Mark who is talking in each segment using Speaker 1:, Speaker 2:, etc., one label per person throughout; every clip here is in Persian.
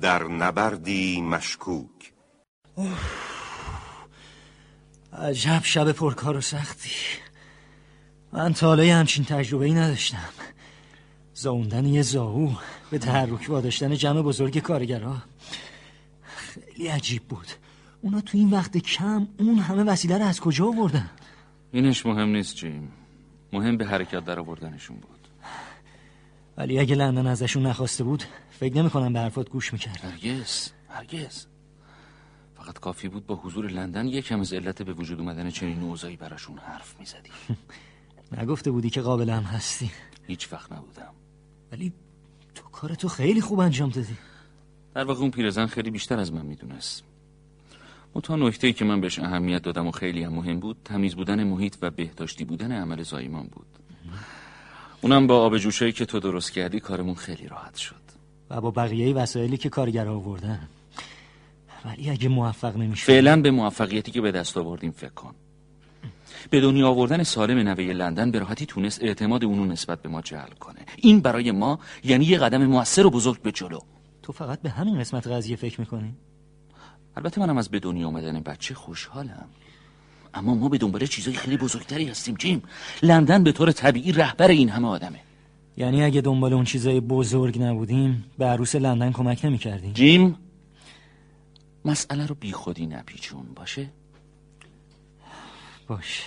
Speaker 1: در نبردی مشکوک
Speaker 2: عجب شب پرکار و سختی من تا حالا یه همچین تجربه ای نداشتم زاوندن یه زاو به تحرک واداشتن جمع بزرگ کارگرها خیلی عجیب بود اونا تو این وقت کم اون همه وسیله رو از کجا آوردن
Speaker 3: اینش مهم نیست جیم مهم به حرکت در آوردنشون بود
Speaker 2: ولی اگه لندن ازشون نخواسته بود فکر نمیکنم به حرفات گوش میکرد
Speaker 3: هرگز هرگز فقط کافی بود با حضور لندن یکم از علت به وجود اومدن چنین اوضاعی براشون حرف میزدی
Speaker 2: نگفته بودی که قابل هم هستی
Speaker 3: هیچ وقت نبودم
Speaker 2: ولی تو کار تو خیلی خوب انجام دادی
Speaker 3: در واقع اون پیرزن خیلی بیشتر از من میدونست منتها نکته ای که من بهش اهمیت دادم و خیلی هم مهم بود تمیز بودن محیط و بهداشتی بودن عمل زایمان بود اونم با آب جوشه‌ای که تو درست کردی کارمون خیلی راحت شد
Speaker 2: و با بقیه وسایلی که کارگرها آوردن ولی اگه موفق نمیشه
Speaker 3: فعلا به موفقیتی که به دست آوردیم فکر کن به دنیا آوردن سالم نوه لندن به راحتی تونست اعتماد اونو نسبت به ما جلب کنه این برای ما یعنی یه قدم موثر و بزرگ به جلو
Speaker 2: تو فقط به همین قسمت قضیه فکر میکنی
Speaker 3: البته منم از به دنیا آمدن بچه خوشحالم اما ما به دنبال چیزای خیلی بزرگتری هستیم جیم لندن به طور طبیعی رهبر این همه آدمه
Speaker 2: یعنی اگه دنبال اون چیزای بزرگ نبودیم به عروس لندن کمک نمیکردیم
Speaker 3: جیم مسئله رو بی خودی نپیچون باشه
Speaker 2: باش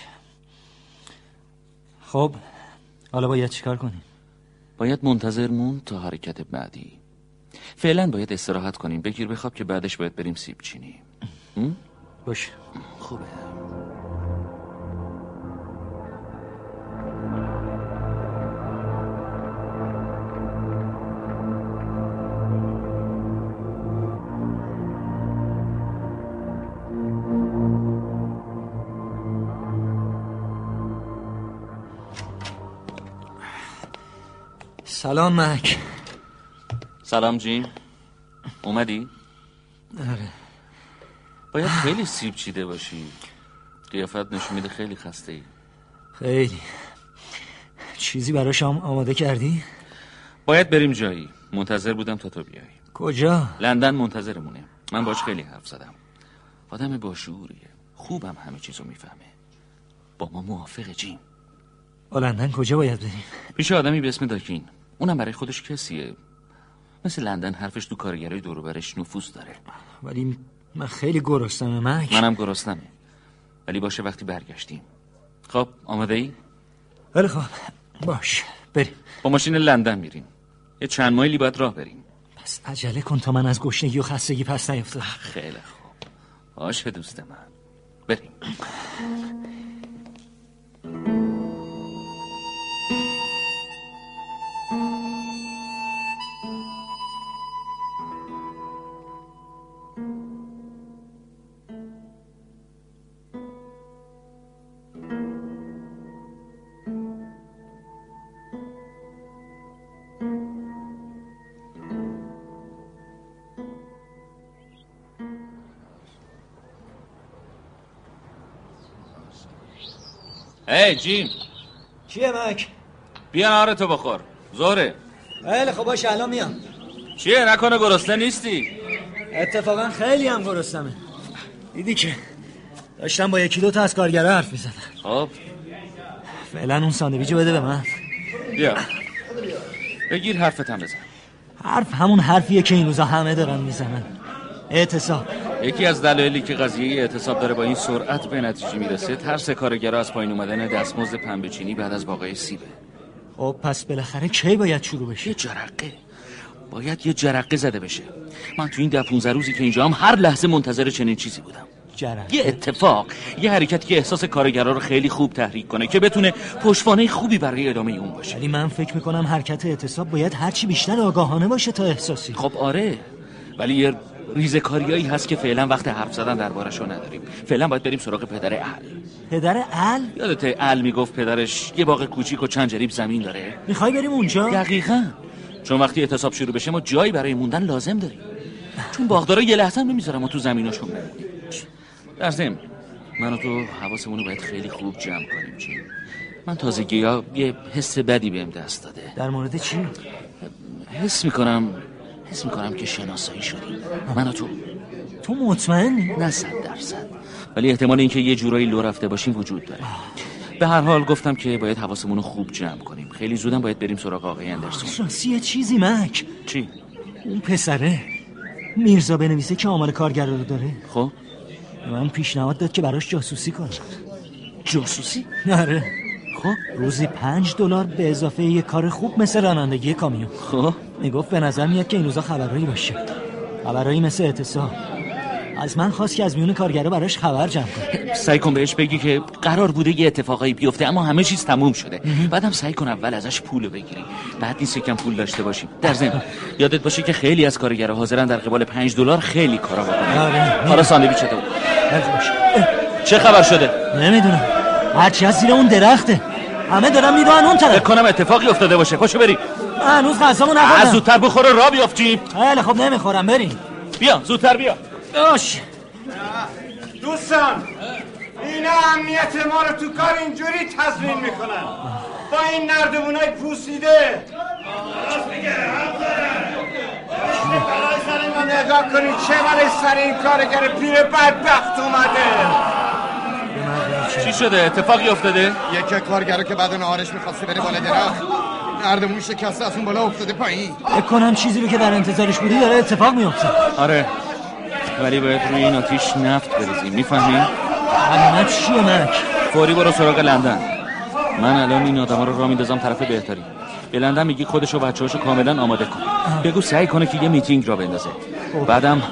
Speaker 2: خب حالا باید چیکار کنیم
Speaker 3: باید منتظر مون تا حرکت بعدی فعلا باید استراحت کنیم بگیر بخواب که بعدش باید بریم سیب چینی
Speaker 2: باش
Speaker 3: خوبه
Speaker 2: سلام مک
Speaker 3: سلام جیم اومدی؟
Speaker 2: آره
Speaker 3: باید خیلی سیب چیده باشی قیافت نشون میده خیلی خسته ای
Speaker 2: خیلی چیزی برای شام آماده کردی؟
Speaker 3: باید بریم جایی منتظر بودم تا تو بیای
Speaker 2: کجا؟
Speaker 3: لندن منتظرمونه من باش خیلی حرف زدم آدم باشعوریه خوبم همه چیزو میفهمه با ما موافقه جیم
Speaker 2: با لندن کجا باید بریم؟
Speaker 3: پیش آدمی به اسم داکین اونم برای خودش کسیه مثل لندن حرفش تو کارگرای دوروبرش نفوذ داره
Speaker 2: ولی من خیلی گرسنمه مک
Speaker 3: منم گرسنمه ولی باشه وقتی برگشتیم خب آماده ای؟
Speaker 2: ولی خب باش بریم
Speaker 3: با ماشین لندن میریم یه چند مایلی باید راه بریم
Speaker 2: پس عجله کن تا من از گشنگی و خستگی پس نیفتم
Speaker 3: خیلی خوب باشه دوست من بریم ای جیم
Speaker 2: چیه مک؟
Speaker 3: بیا نهارتو بخور زوره
Speaker 2: خیلی خب باشه الان میام
Speaker 3: چیه نکنه گرسنه نیستی
Speaker 2: اتفاقا خیلی هم گرسنمه دیدی که داشتم با یکی دو تا از کارگرا حرف میزدم
Speaker 3: خب
Speaker 2: فعلا اون ساندویجو بده به من
Speaker 3: بیا بگیر حرفتم بزن
Speaker 2: حرف همون حرفیه که این روزا همه دارن میزنن اعتصاب
Speaker 3: یکی از دلایلی که قضیه اعتصاب داره با این سرعت به نتیجه میرسه ترس کارگرا از پایین اومدن دستمزد پنبه چینی بعد از واقعه سیبه
Speaker 2: خب پس بالاخره کی باید شروع
Speaker 3: یه
Speaker 2: بشه
Speaker 3: جرقه باید یه جرقه زده بشه من تو این ده 15 روزی که اینجا هم هر لحظه منتظر چنین چیزی بودم
Speaker 2: جرق
Speaker 3: یه اتفاق یه حرکتی که احساس کارگرا رو خیلی خوب تحریک کنه که بتونه پشتوانه خوبی برای ادامه اون باشه
Speaker 2: ولی من فکر میکنم حرکت اعتصاب باید هرچی بیشتر آگاهانه باشه تا احساسی
Speaker 3: خب آره ولی یه ریزکاریایی هست که فعلا وقت حرف زدن دربارش رو نداریم فعلا باید بریم سراغ پدر ال
Speaker 2: پدر ال
Speaker 3: یادته ال میگفت پدرش یه باغ کوچیک و چند جریب زمین داره
Speaker 2: میخوای بریم اونجا
Speaker 3: دقیقا چون وقتی اعتصاب شروع بشه ما جایی برای موندن لازم داریم چون باغدارا یه لحظه هم نمیذارن ما تو زمیناشون بمونیم در ضمن من و تو حواسمون رو باید خیلی خوب جمع کنیم چی من تازگی ها یه حس بدی بهم دست داده
Speaker 2: در مورد چی
Speaker 3: حس میکنم حس میکنم که شناسایی شدیم من و تو
Speaker 2: تو مطمئنی؟
Speaker 3: نه صد درصد ولی احتمال اینکه یه جورایی لو رفته باشیم وجود داره به هر حال گفتم که باید حواسمون رو خوب جمع کنیم خیلی زودم باید بریم سراغ آقای اندرسون
Speaker 2: راستی یه چیزی مک
Speaker 3: چی
Speaker 2: اون پسره میرزا بنویسه که آمار کارگرا رو داره
Speaker 3: خب
Speaker 2: به من پیشنهاد داد که براش جاسوسی کنم
Speaker 3: جاسوسی
Speaker 2: آره
Speaker 3: خب
Speaker 2: روزی پنج دلار به اضافه یه کار خوب مثل رانندگی کامیون
Speaker 3: خب
Speaker 2: میگفت به نظر میاد که این روزا خبرایی باشه خبرایی مثل اعتصاب از من خواست که از میون کارگرا براش خبر جمع کنم
Speaker 3: سعی کن بهش بگی که قرار بوده یه اتفاقایی بیفته اما همه چیز تموم شده بعدم سعی کن اول ازش پول رو بگیری بعد نیست کم پول داشته باشیم در ضمن یادت باشه که خیلی از کارگرها حاضرن در قبال 5 دلار خیلی کارا بکنن
Speaker 2: آره.
Speaker 3: حالا ساندویچت رو.
Speaker 2: حرف باشه. اه،
Speaker 3: چه خبر شده
Speaker 2: نمیدونم هرچی از زیر اون درخته همه دارن میدونن اون
Speaker 3: فکر
Speaker 2: طرف
Speaker 3: کنم اتفاقی افتاده باشه خوشو بریم
Speaker 2: من هنوز غذامو
Speaker 3: از
Speaker 2: نخوردم
Speaker 3: زودتر بخور و را بیافتیم
Speaker 2: خیلی خب نمیخورم بریم
Speaker 3: بیا زودتر بیا
Speaker 2: باش
Speaker 4: دوستان اینا امنیت ما رو تو کار اینجوری تضمین میکنن با این نردبونای پوسیده نگاه کنید چه برای سر این کارگر پیر بدبخت اومده
Speaker 3: چی شده اتفاقی افتاده
Speaker 5: یک کارگرا که بعد نهارش میخواسته بره بالا درخت نردمون شکسته از اون بالا افتاده پایین
Speaker 2: فکر کنم چیزی رو که در انتظارش بودی داره اتفاق میفته
Speaker 3: آره ولی باید روی این آتیش نفت بریزیم میفهمی
Speaker 2: همه چیه مک
Speaker 3: فوری برو سراغ لندن من الان این آدما رو راه میندازم طرف بهتری به لندن میگی خودشو بچه‌هاشو کاملا آماده کن بگو سعی کنه که یه میتینگ را بندازه بعدم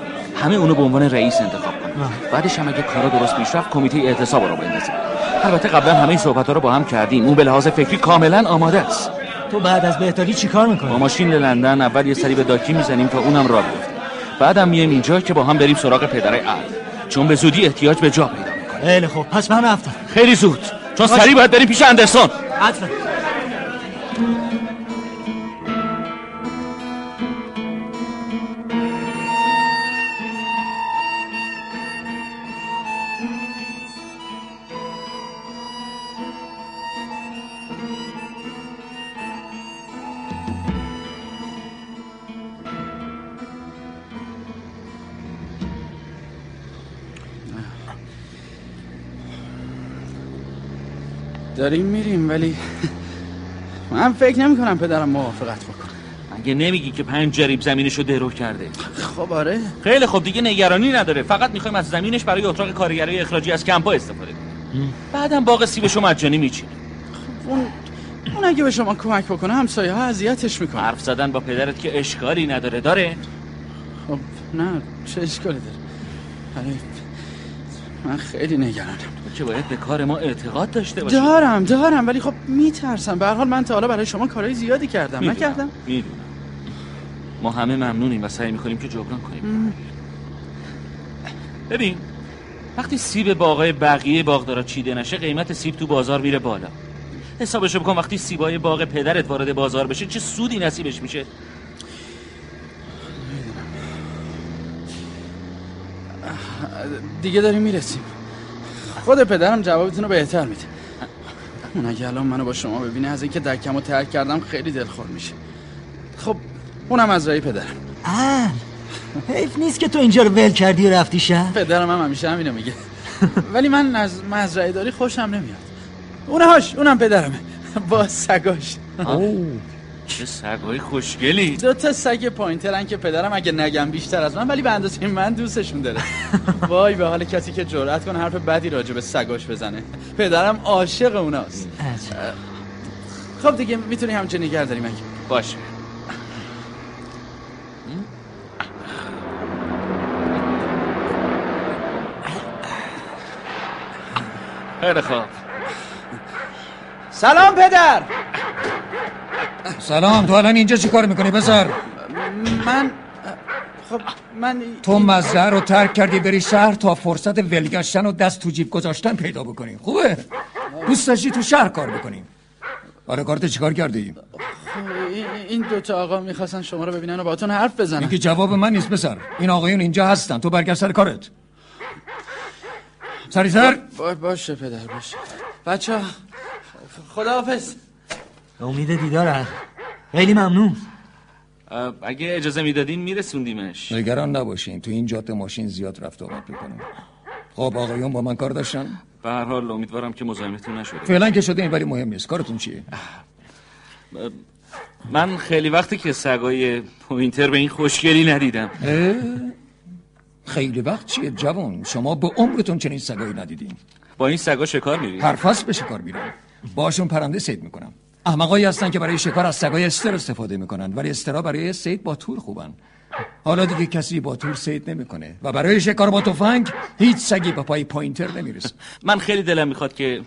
Speaker 3: همه اونو به عنوان رئیس انتخاب کن بعدش هم اگه کارا درست پیش رفت کمیته اعتصاب رو بندازه البته قبلا همه این صحبت‌ها رو با هم کردیم اون به لحاظ فکری کاملا آماده است
Speaker 2: تو بعد از بهتاری چیکار
Speaker 3: با
Speaker 2: میکنی؟
Speaker 3: ماشین به لندن اول یه سری به داکی میزنیم تا اونم راه بیفته بعدم میایم اینجا که با هم بریم سراغ پدر عقل چون به زودی احتیاج به جا پیدا می‌کنه.
Speaker 2: خیلی خب پس من رفتم
Speaker 3: خیلی زود چون سریع باید بریم پیش اندرسون
Speaker 2: عطفه
Speaker 6: داریم میریم ولی من فکر نمی کنم پدرم موافقت بکنه
Speaker 3: اگه نمیگی که پنج جریب زمینشو درو کرده
Speaker 6: خب آره
Speaker 3: خیلی خب دیگه نگرانی نداره فقط میخوایم از زمینش برای اتاق کارگرای اخراجی از کمپا استفاده کنیم بعدم باغ سیبشو مجانی میچینیم
Speaker 6: اون اون اگه به شما کمک بکنه همسایه ها اذیتش میکنه
Speaker 3: حرف زدن با پدرت که اشکالی نداره داره
Speaker 6: خب نه چه اشکالی داره آره من خیلی نگرانم
Speaker 3: تو که باید به کار ما اعتقاد داشته باشی
Speaker 6: دارم دارم ولی خب میترسم به هر حال من تا حالا برای شما کارهای زیادی کردم
Speaker 3: میدونم،
Speaker 6: نکردم
Speaker 3: میدونم ما همه ممنونیم و سعی میکنیم که جبران کنیم ببین وقتی سیب باغای بقیه باغدارا چیده نشه قیمت سیب تو بازار میره بالا حسابشو بکن وقتی سیبای باغ پدرت وارد بازار بشه چه سودی نصیبش میشه
Speaker 6: دیگه داریم میرسیم خود پدرم جوابتون رو بهتر میده اون اگه الان منو با شما ببینه از اینکه دکم رو ترک کردم خیلی دلخور میشه خب اونم از رای پدرم
Speaker 2: ام حیف نیست که تو اینجا رو ول کردی و رفتی شهر
Speaker 6: پدرم هم همیشه همینو میگه ولی من از مزرعه داری خوشم نمیاد اونهاش اونم پدرمه با سگاش
Speaker 3: چه سگای خوشگلی
Speaker 6: دو تا سگ پوینترن که پدرم اگه نگم بیشتر از من ولی به اندازه من دوستشون داره وای به حال کسی که جرأت کنه حرف بدی راجع به سگاش بزنه پدرم عاشق اوناست
Speaker 2: عجب.
Speaker 6: خب دیگه میتونی همینجا نگه داری مگه
Speaker 3: باشه خیلی خوب
Speaker 6: سلام پدر
Speaker 7: سلام تو الان اینجا چیکار میکنی پسر
Speaker 6: من خب من
Speaker 7: تو مزرعه رو ترک کردی بری شهر تا فرصت ولگشتن و دست تو جیب گذاشتن پیدا بکنیم خوبه دوست داشتی تو شهر کار بکنیم آره کارت چیکار کردی
Speaker 6: این- این دوتا آقا میخواستن شما رو ببینن و باتون حرف بزنن
Speaker 7: میگی جواب من نیست پسر این آقایون اینجا هستن تو برگرد سر کارت سریعتر
Speaker 6: با- باشه پدر باشه بچه ها خداحافظ
Speaker 2: امید دیدارم خیلی ممنون
Speaker 3: اه، اگه اجازه میدادین میرسوندیمش
Speaker 7: نگران نباشین تو این جاده ماشین زیاد رفت و آمد میکنه خب آقایون با من کار داشتن
Speaker 3: به هر حال امیدوارم که مزاحمتون نشده
Speaker 7: فعلا که شده این ولی مهم نیست کارتون چیه
Speaker 3: من خیلی وقتی که سگای پوینتر به این خوشگلی ندیدم
Speaker 7: خیلی وقت چیه جوان شما به عمرتون چنین سگایی ندیدین
Speaker 3: با این سگا شکار میرید
Speaker 7: هر فصل به شکار میرم باشون پرنده صید میکنم احمقایی هستن که برای شکار از سگای استر استفاده میکنن ولی استرا برای صید با تور خوبن حالا دیگه کسی با تور صید نمیکنه و برای شکار با تفنگ هیچ سگی به پای پوینتر نمیرسه
Speaker 3: من خیلی دلم میخواد که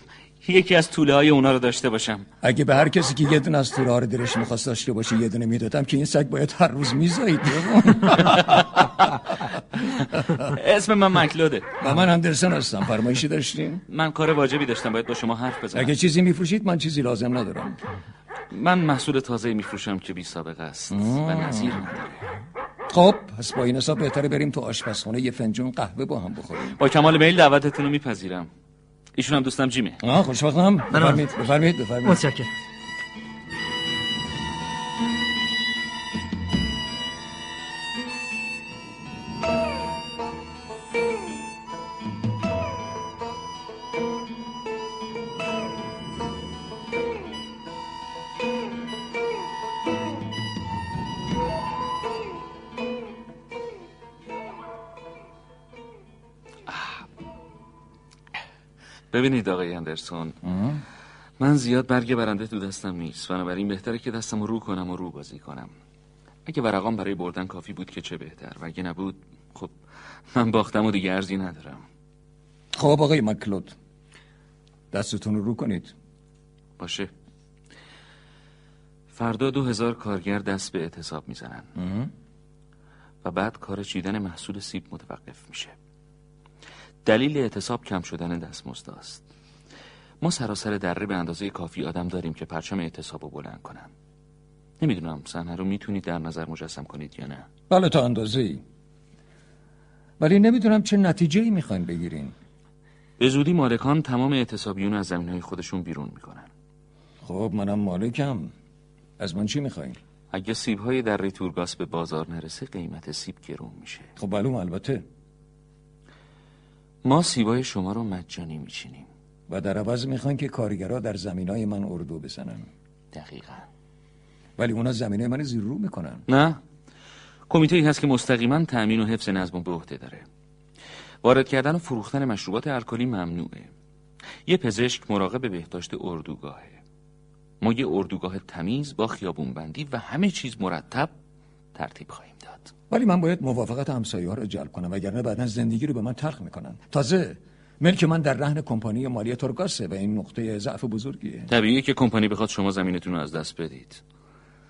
Speaker 3: یکی از طوله های اونا رو داشته باشم
Speaker 7: اگه به هر کسی که یه دونه از تورها رو درش میخواست داشته باشه یه دونه میدادم که این سگ باید هر روز میزایید
Speaker 3: اسم من مکلوده
Speaker 7: و من اندرسن هستم فرمایشی داشتین
Speaker 3: من کار واجبی داشتم باید با شما حرف بزنم
Speaker 7: اگه چیزی میفروشید من چیزی لازم ندارم
Speaker 3: من محصول تازه میفروشم که بی سابقه است و نظیر نداره
Speaker 7: خب پس با این حساب بهتره بریم تو آشپزخونه یه فنجون قهوه با هم بخوریم
Speaker 3: با کمال میل دعوتتون رو میپذیرم ایشون هم دوستم جیمه
Speaker 7: آه خوشبختم بفرمایید بفرمایید بفرمایید
Speaker 2: متشکرم
Speaker 3: ببینید آقای اندرسون من زیاد برگ برنده تو دستم نیست بنابراین بهتره که دستم رو کنم و رو بازی کنم اگه ورقام برای بردن کافی بود که چه بهتر و اگه نبود خب من باختم و دیگه ارزی ندارم
Speaker 7: خب آقای مکلود دستتون رو رو کنید
Speaker 3: باشه فردا دو هزار کارگر دست به اعتصاب میزنن و بعد کار چیدن محصول سیب متوقف میشه دلیل اعتصاب کم شدن دستمزداست ما سراسر دره به اندازه کافی آدم داریم که پرچم اعتصاب رو بلند کنن نمیدونم صحنه رو میتونید در نظر مجسم کنید یا نه
Speaker 7: بله تا اندازه ای ولی نمیدونم چه نتیجه ای میخواین بگیرین
Speaker 3: به زودی مالکان تمام اعتصابیون رو از زمین های خودشون بیرون میکنن
Speaker 7: خب منم مالکم از من چی میخواین
Speaker 3: اگه سیب های دره تورگاس به بازار نرسه قیمت سیب گرون میشه
Speaker 7: خب معلوم البته
Speaker 3: ما سیبای شما رو مجانی میچینیم
Speaker 7: و در عوض میخوان که کارگرها در زمینای من اردو بزنن
Speaker 3: دقیقا
Speaker 7: ولی اونا زمینای من زیر رو میکنن
Speaker 3: نه کمیته هست که مستقیما تأمین و حفظ نظم رو به عهده داره وارد کردن و فروختن مشروبات الکلی ممنوعه یه پزشک مراقب بهداشت اردوگاهه ما یه اردوگاه تمیز با خیابون بندی و همه چیز مرتب ترتیب خواهیم داد
Speaker 7: ولی من باید موافقت همسایه ها رو جلب کنم وگرنه بعدا زندگی رو به من تلخ میکنن تازه ملک من در رهن کمپانی مالی تورگاسه و این نقطه ضعف بزرگیه
Speaker 3: طبیعیه که کمپانی بخواد شما زمینتون رو از دست بدید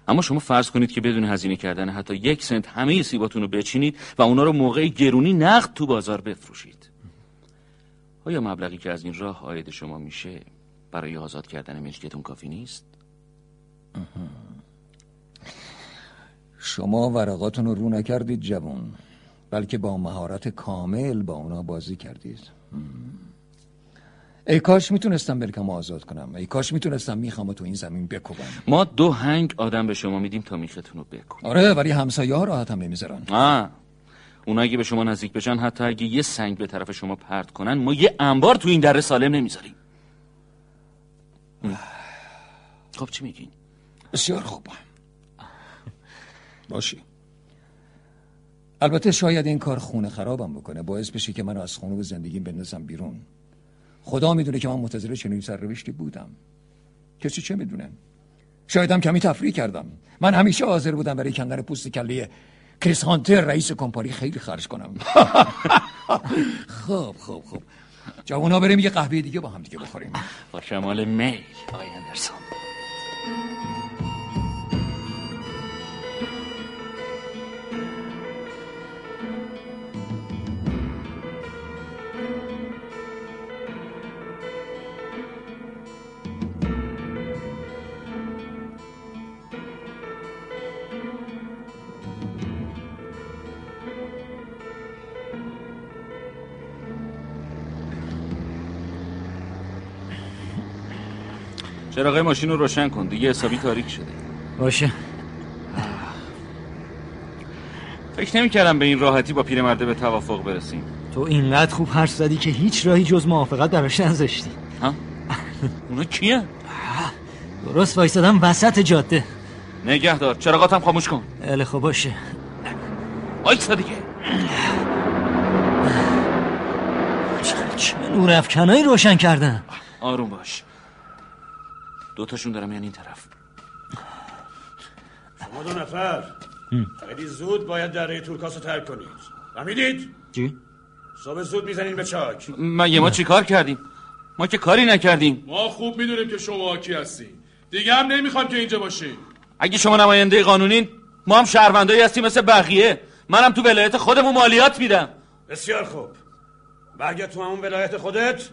Speaker 3: اما شما فرض کنید که بدون هزینه کردن حتی یک سنت همه سیباتون رو بچینید و اونا رو موقع گرونی نقد تو بازار بفروشید آیا مبلغی که از این راه عاید شما میشه برای آزاد کردن ملکتون کافی نیست؟
Speaker 7: شما ورقاتون رو رو نکردید جوون بلکه با مهارت کامل با اونا بازی کردید ای کاش میتونستم بلکم آزاد کنم ای کاش میتونستم میخوام تو این زمین بکوبم
Speaker 3: ما دو هنگ آدم به شما میدیم تا میختون رو بکن
Speaker 7: آره ولی همسایه ها راحت هم نمیذارن
Speaker 3: آه اونا اگه به شما نزدیک بشن حتی اگه یه سنگ به طرف شما پرت کنن ما یه انبار تو این دره سالم نمیذاریم خب چی میگین؟
Speaker 7: بسیار خوب باشی البته شاید این کار خونه خرابم بکنه باعث بشه که منو از خونه و زندگیم بندازم بیرون خدا میدونه که من منتظر چنین سرنوشتی بودم کسی چه میدونه شاید هم کمی تفریح کردم من همیشه حاضر بودم برای کندن پوست کله کریس هانتر رئیس کمپانی خیلی خرج کنم خب خب خب جوانا بریم یه قهوه دیگه با هم دیگه بخوریم
Speaker 3: با کمال میل آقای اندرسون چراغای ماشین رو روشن کن دیگه حسابی تاریک شده
Speaker 2: باشه
Speaker 3: فکر نمیکردم به این راحتی با پیرمرده به توافق برسیم
Speaker 2: تو اینقدر خوب حرف زدی که هیچ راهی جز موافقت براش نذاشتی
Speaker 3: ها اونا کیه
Speaker 2: درست وایستادم وسط جاده
Speaker 3: نگهدار چراغاتم خاموش کن
Speaker 2: اله خب باشه
Speaker 3: وایسا دیگه
Speaker 2: چه- چه نور افکنایی روشن کردن
Speaker 3: آروم باش دوتاشون دارم یعنی این طرف
Speaker 8: شما دو نفر خیلی زود باید دره تورکاس رو ترک کنید فهمیدید؟
Speaker 2: چی؟
Speaker 8: صبح زود میزنین به چاک
Speaker 3: مگه ما چیکار کردیم ما که کاری نکردیم
Speaker 9: ما خوب میدونیم که شما کی هستین دیگه هم نمیخوام که اینجا باشین
Speaker 3: اگه شما نماینده قانونین ما هم شهروندایی هستیم مثل بقیه منم تو ولایت خودمون مالیات میدم
Speaker 8: بسیار خوب برگرد تو همون ولایت خودت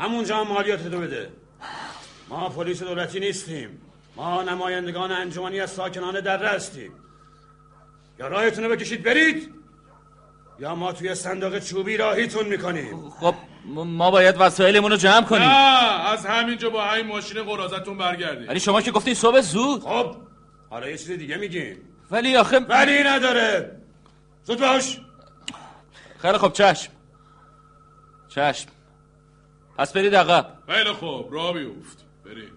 Speaker 8: همونجا هم مالیات تو بده ما پلیس دولتی نیستیم ما نمایندگان انجمنی از ساکنان دره هستیم یا راهتون رو بکشید برید یا ما توی صندوق چوبی راهیتون میکنیم
Speaker 3: خب ما- ما باید وسایلمون رو جمع کنیم
Speaker 9: نه از همینجا با همین ماشین قرازتون برگردید
Speaker 3: ولی شما که گفتین صبح زود
Speaker 8: خب حالا یه چیز دیگه میگیم
Speaker 3: ولی آخه
Speaker 8: ولی نداره زود باش
Speaker 3: خیلی خب چشم چشم پس برید عقب
Speaker 9: خیلی خوب را بیفت بریم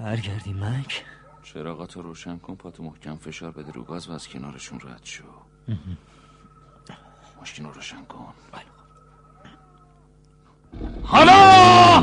Speaker 2: برگردی مک
Speaker 3: چراغاتو روشن کن پاتو محکم فشار بده رو گاز و از کنارشون رد شو ماشین رو روشن کن بله. حالا